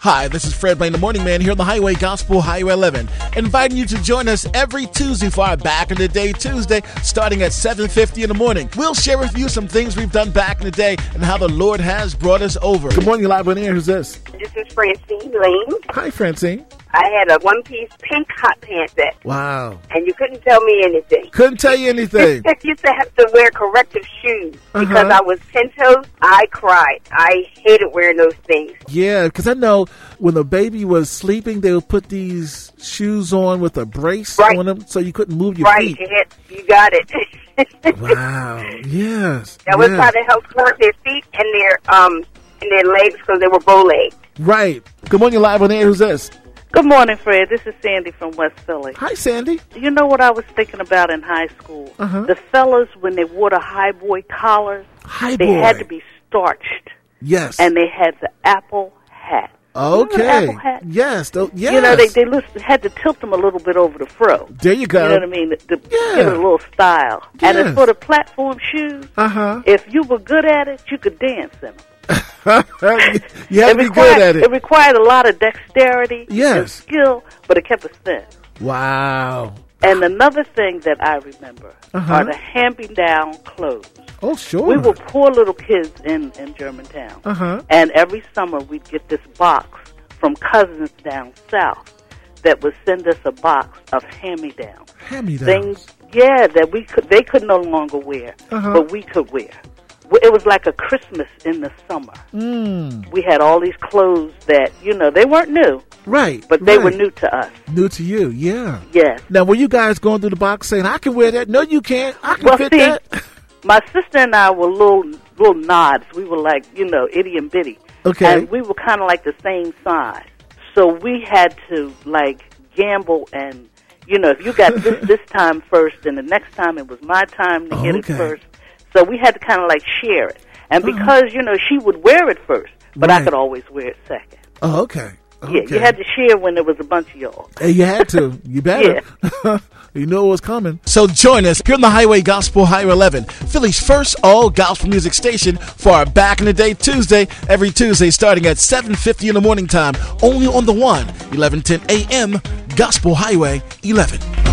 Hi, this is Fred Blaine, the Morning Man, here on the Highway Gospel Highway 11, inviting you to join us every Tuesday for our Back in the Day Tuesday, starting at 7:50 in the morning. We'll share with you some things we've done back in the day and how the Lord has brought us over. Good morning, live on air. Who's this? This is Francine Lane. Hi, Francine. I had a one piece pink hot pants set, Wow. and you couldn't tell me anything. Couldn't tell you anything. I used to have to wear corrective shoes because Uh-huh. I was ten toes. I cried. I hated wearing those things. Yeah, because I know when the baby was sleeping, they would put these shoes on with a brace Right. on them so you couldn't move your Right, you, feet. had, you got it. that Wow. Yes. was yes. how they helped support their feet and their um and their legs because they were bow legged. Right. Good morning, live on air. Who's this? Good morning, Fred. This is Sandy from West Philly. Hi, Sandy. You know what I was thinking about in high school? Uh-huh. The fellas, when they wore the high boy collars, Hi, they boy. had to be starched, Yes. and they had the apple hat. Remember the okay. apple hat? Yes. tho- yes. You know, they, they lis- had to tilt them a little bit over the fro. there you You go. know what I mean? To Yeah. give it a little style. And Yes. as for the platform shoes, Uh huh. if you were good at it, you could dance in them. you have to be good at it. It required a lot of dexterity and Yes. skill, but it kept us thin. wow. And another thing that I remember Uh-huh. are the hand-me-down clothes. Oh, sure. We were poor little kids in, in Germantown. Uh huh. And every summer we'd get this box from cousins down south that would send us a box of hand-me-downs. Hand me Things, downs. yeah, that we could they could no longer wear, Uh-huh. but we could wear. W- It was like a Christmas in the summer. Mm. We had all these clothes that, you know, they weren't new, Right. but they were right. new to us. New to you. Yeah. Yes. Now, were you guys going through the box saying, "I can wear that"? No, you can't. I can Well, fit see- that. My sister and I were little little nods. We were like, you know, itty and bitty. Okay. And we were kind of like the same size. So we had to like gamble and you know, if you got this this time first and the next time it was my time to Oh, get okay. Uh-huh. it first. So we had to kind of like share it. And because, you know, she would wear it first, but Right. I could always wear it second. Oh, okay. okay. Yeah, you had to share when there was a bunch of y'all. Hey, you had to. You better. you knew it was coming. So join us here on the Highway Gospel Highway 11, Philly's first all gospel music station for our Back in the Day Tuesday, every Tuesday starting at 7.50 in the morning time, only on the 1, 11.10 a.m., Gospel Highway 11.